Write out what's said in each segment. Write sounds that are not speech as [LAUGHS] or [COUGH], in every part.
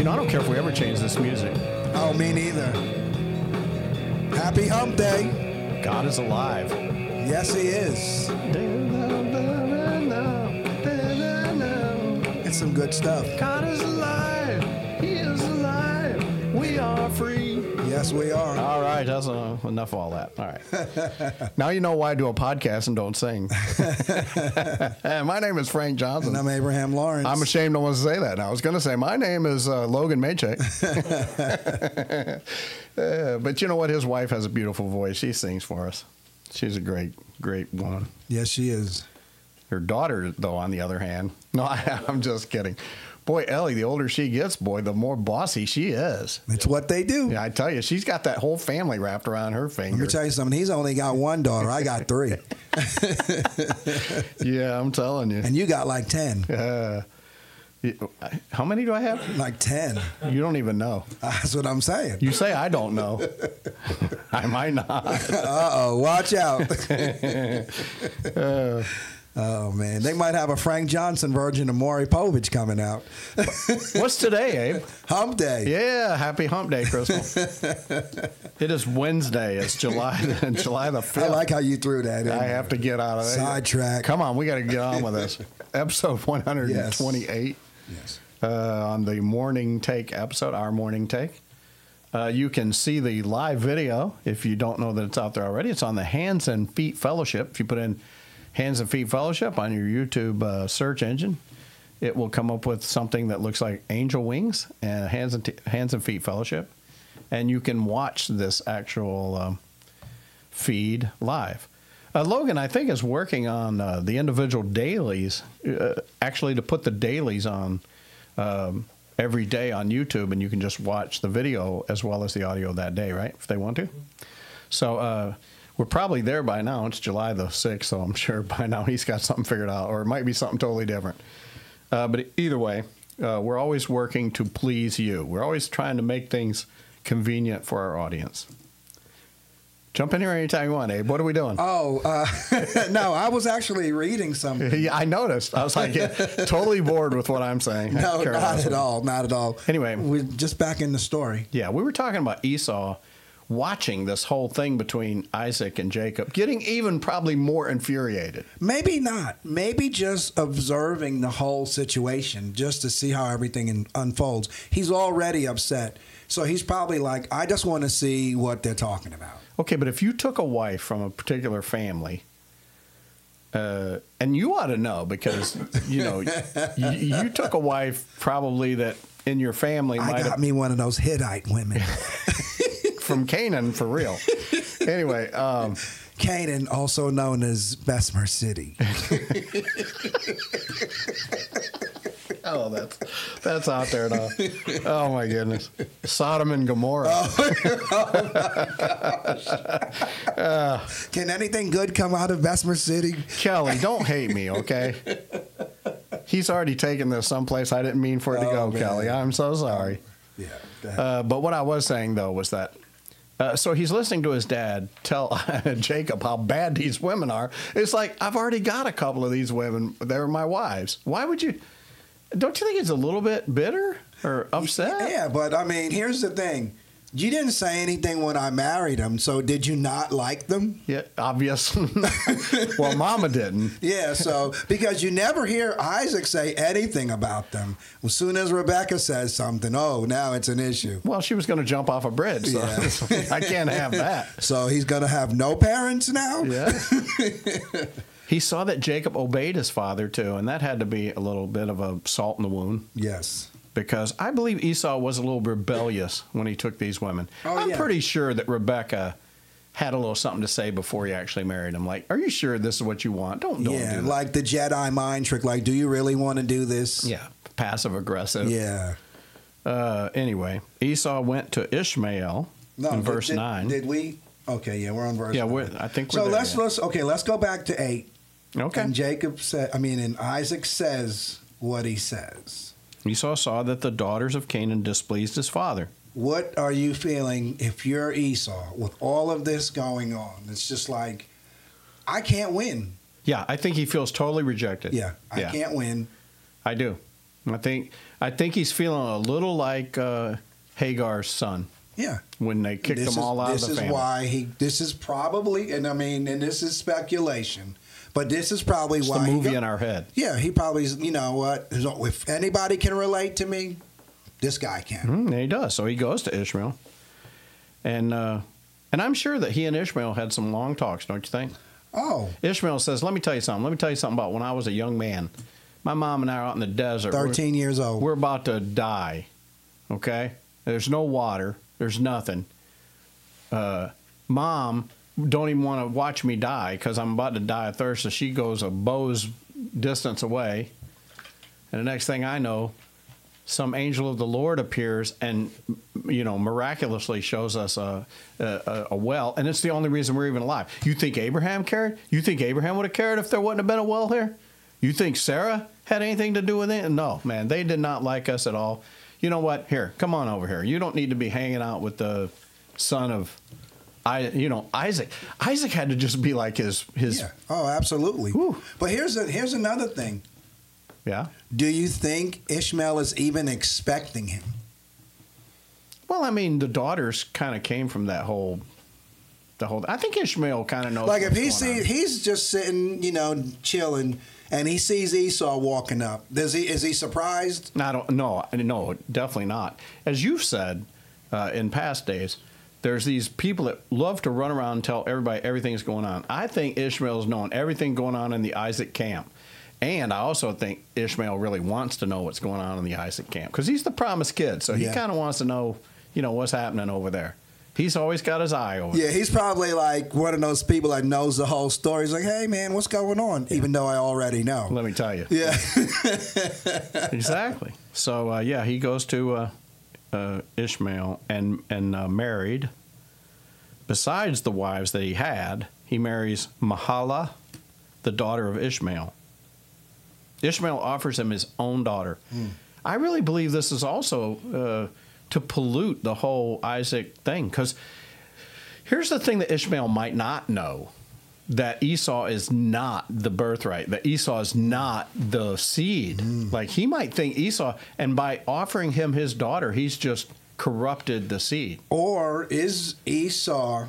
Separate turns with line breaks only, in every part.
I don't care if we ever change this music.
Oh, me neither. Happy Hump Day.
God is alive.
Yes, he is.
God
It's some good stuff.
is alive. He is alive. We are free.
Yes, we are.
All right, that's enough, enough of all that. All right. now you know why I do a podcast and don't sing. [LAUGHS] My name is Frank Johnson.
And I'm Abraham Lawrence.
I'm ashamed I want to say that. I was going to say my name is uh, Logan
[LAUGHS]
Maychek. Uh, but you know what? His wife has a beautiful voice. She sings for us. She's a great, great woman.
yes, she is.
Her daughter, though, on the other hand, no, [LAUGHS] I, I'm just kidding. Boy, Ellie, the older she gets, boy, the more bossy she is.
It's what they do.
Yeah, I tell you, she's got that whole family wrapped around her finger.
Let me tell you something. He's only got one daughter. I got three.
yeah, I'm telling you.
and you got like 10.
Uh, you- how many do I have?
Like 10.
You don't even know.
That's what I'm saying.
You say I don't
[LAUGHS]
know. I might not.
Uh oh, watch
[LAUGHS]
out. [LAUGHS] oh, man. They might have a Frank Johnson version of Maury Povich coming out.
What's today, Abe?
Hump Day.
Yeah, happy hump day,
[LAUGHS]
Crystal. it is Wednesday. It's July July the [LAUGHS] 5th.
I like how you threw that in.
I have to get out of there.
Sidetrack.
Come on, we got to get on with
[LAUGHS]
this. Episode 128
Yes.
uh, on the morning take episode, our morning take. Uh, you can see the live video if you don't know that it's out there already. It's on the Hands and Feet Fellowship. If you put in Hands and Feet Fellowship on your YouTube uh, search engine, it will come up with something that looks like angel wings and Hands and, T- Hands and Feet Fellowship. And you can watch this actual um, feed live. Uh, Logan, I think, is working on uh, the individual dailies, uh, actually, to put the dailies on um, every day on YouTube, and you can just watch the video as well as the audio that day, right? If they want to. So uh, we're probably there by now. It's July the 6th, so I'm [LAUGHS] sure by now he's got something figured out, or it might be something totally different. Uh, but either way, uh, we're always working to please you. We're always trying to make things convenient for our audience. Jump in here anytime you want, Abe. What are we doing?
Oh, uh, [LAUGHS] no, I was actually reading something.
[LAUGHS] yeah, I noticed. I was like,
[LAUGHS]
yeah, totally bored with what I'm saying. I
No,
don't care about
not
this
at
one.
all. Not at all.
Anyway.
we're just back in the story.
Yeah, we were talking about Esau watching this whole thing between Isaac and Jacob, getting even probably more infuriated.
Maybe not. Maybe just observing the whole situation just to see how everything in, unfolds. He's already upset. So he's probably like, I just want to see what they're talking about.
Okay, but if you took a wife from a particular family, uh, and you ought to know because you [LAUGHS] know you, you took a wife probably that in your family
I
might
got
have
me one of those Hittite
[LAUGHS]
women.
from Canaan for [LAUGHS] real. anyway, um,
Canaan, also known as
[LAUGHS]
Bessemer City.
oh that's that's out there now. Oh my goodness, Sodom and Gomorrah.
Can anything good come out of Bessemer City?
Kelly, don't hate me, okay? He's already taken this someplace I didn't mean for it to
Oh,
go,
man.
Kelly. I'm so sorry.
Yeah.
Uh, but what I was saying, though, was that. Uh, so he's listening to his dad tell [LAUGHS] Jacob how bad these women are. It's like, I've already got a couple of these women. They're my wives. Why would you? Don't you think it's a little bit bitter or upset?
Yeah, but I mean, here's the thing. You didn't say anything when I married him, so did you not like them?
Yeah, obviously. [LAUGHS] well, Mama didn't. [LAUGHS]
Yeah, so because you never hear Isaac say anything about them. As soon as Rebecca says something, oh, now it's an issue.
Well, she was going to jump off a bridge. So
Yeah.
[LAUGHS] I can't have that.
So he's going to have no parents now?
Yeah. he saw that Jacob obeyed his father too, and that had to be a little bit of a salt in the wound
[LAUGHS] Yes.
because I believe Esau was a little rebellious when he took these women.
Oh,
I'm
yeah.
pretty sure that Rebecca had a little something to say before he actually married him. Like, are you sure this is what you want? Don't, don't
yeah,
do that.
like the Jedi mind trick. Like, do you really want to do this?
yeah, passive aggressive.
Yeah.
Uh, anyway, Esau went to Ishmael in
did-
verse
did-
nine.
Did we? Okay, yeah, we're on verse
Yeah,
nine.
we're- I think we're
so
there,
let's,
yeah.
let's, okay, let's go back to eight.
okay.
And Jacob said, I mean, and Isaac says what he says.
Esau saw that the daughters of Canaan displeased his father.
What are you feeling if you're Esau with all of this going on? It's just like, I can't win.
Yeah, I think he feels totally rejected.
Yeah, I can't win.
I do. I think I think he's feeling a little like uh, Hagar's son
Yeah.
when they kicked them
is,
all out of
this
the
is
family.
why he this is probably and I mean and this is speculation, but this is probably
it's
why
the
he
movie
go-
in our head.
Yeah, he probably is- you know what if anybody can relate to me, this guy can.
Mm, and he does. So he goes to Ishmael, and uh, and I'm sure that he and Ishmael had some long talks. Don't you think?
Oh,
Ishmael says, "Let me tell you something. Let me tell you something about when I was a young man. My mom and I are out in the desert. We're-
13 years old.
we're about to die. Okay? There's no water. There's nothing. Uh, mom don't even want to watch me die because I'm about to die of thirst. So she goes a bow's distance away. And the next thing I know, some angel of the Lord appears and, you know, miraculously shows us a, a- a, a well. And it's the only reason we're even alive. You think Abraham cared? You think Abraham would have cared if there wouldn't have been a well here? You think Sarah had anything to do with it? No, man, they did not like us at all. You know what? Here, come on over here. You don't need to be hanging out with the son of, I, you know, Isaac. Isaac had to just be like his, his,
yeah. Oh, absolutely.
Whew.
But here's a, here's another thing.
yeah.
Do you think Ishmael is even expecting him?
Well, I mean, the daughters kind of came from that whole, the whole. I think Ishmael kind of knows.
Like if
Oh, what's
he
going on.
sees he's just sitting, you know, chilling and he sees Esau walking up. Does he is he surprised?
I don't. No, I- no, definitely not. As you've said uh, in past days, there's these people that love to run around and tell everybody everything's going on. I think Ishmael's knowing everything going on in the Isaac camp. And I also think Ishmael really wants to know what's going on in the Isaac camp because he's the promised kid. So he
Yeah.
kind of wants to know, you know, what's happening over there. He's always got his eye over
Yeah, he's probably like one of those people that knows the whole story. He's like, "Hey man, what's going on?" Even though I already know.
Let me tell you.
Yeah. [LAUGHS]
[LAUGHS] exactly. So uh, yeah, he goes to uh, uh, Ishmael and and uh, married. Besides the wives that he had, he marries Mahala, the daughter of Ishmael. Ishmael offers him his own daughter. I really believe this is also uh, to pollute the whole Isaac thing because here's the thing that Ishmael might not know that Esau is not the birthright, that Esau is not the seed.
Mm.
Like he might think Esau, and by offering him his daughter, he's just corrupted the seed.
or is Esau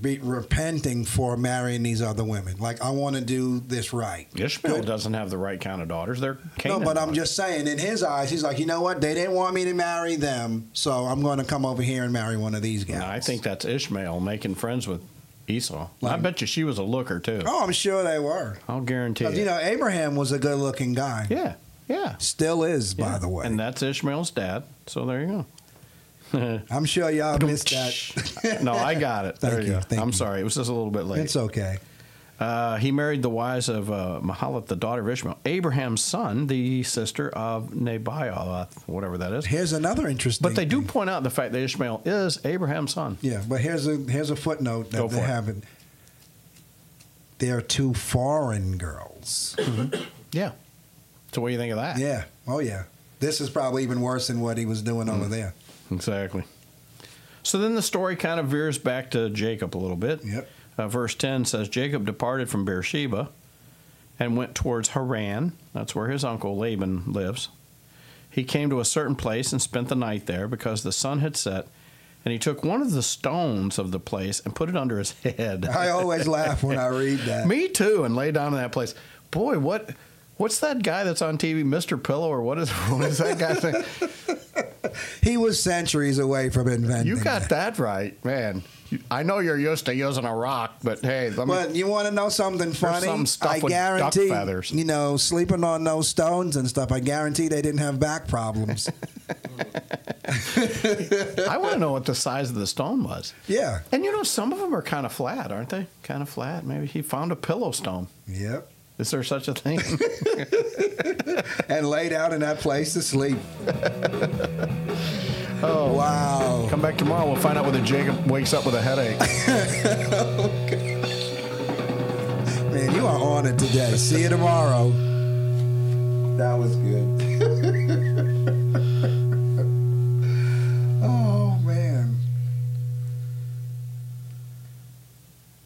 be repenting for marrying these other women? Like, I want to do this right.
Ishmael
Good.
doesn't have the right kind of daughters. They're Canaan
no, but I'm
daughters.
just saying, in his eyes, he's like, you know what? They didn't want me to marry them, so I'm going to come over here and marry one of these guys.
And I think that's Ishmael making friends with Esau. I
Like-
bet you she was a looker too.
Oh, I'm sure they were.
I'll guarantee
'Cause,
it.
You know, Abraham was a good looking guy.
yeah, yeah.
Still is, by
yeah.
the way.
and that's Ishmael's dad. So there you go.
I'm sure y'all missed that.
[LAUGHS] no, I got it.
Thank
there
you,
you. go.
thank
I'm
you.
sorry. It was just a little bit late.
it's okay.
Uh, he married the wives of uh, Mahalath, the daughter of Ishmael, Abraham's son, the sister of Nebaioth, whatever that is.
Here's another interesting.
But they do
thing.
point out the fact that Ishmael is Abraham's son.
Yeah, but here's a here's a footnote that
Go
they
for it.
haven't. They are two foreign
[LAUGHS]
girls.
Yeah. So what do you think of that?
yeah. Oh yeah. This is probably even worse than what he was doing over
Mm.
there.
Exactly. So then the story kind of veers back to Jacob a little bit.
Yep.
Uh, verse 10 says Jacob departed from Beersheba and went towards Haran. That's where his uncle Laban lives. He came to a certain place and spent the night there because the sun had set. And he took one of the stones of the place and put it under his head.
[LAUGHS] I always laugh when I read that.
[LAUGHS] Me too, and lay down in that place. Boy, what? What's that guy that's on TV, Mr. Pillow, or what is [LAUGHS] what is that guy saying?
He was centuries away from inventing.
You
[LAUGHS]
got that right, man. You- I know you're used to using a rock, but hey, let me.
But you want to know something funny?
some stuff
I
with duck
guarantee.
feathers.
You know, sleeping on those stones and stuff. I guarantee they didn't have back
[LAUGHS]
problems.
I want to know what the size of the stone was.
yeah.
And you know, some of them are kind of flat, aren't they? Kind of flat. Maybe he found a pillow stone.
Yep.
Is there such a thing?
And lay down in that place to
[LAUGHS]
sleep. oh wow.
[LAUGHS] Come back tomorrow. We'll find out whether Jacob wakes up with a headache.
Man, you are on it today. See you tomorrow. That was good. [LAUGHS] Oh,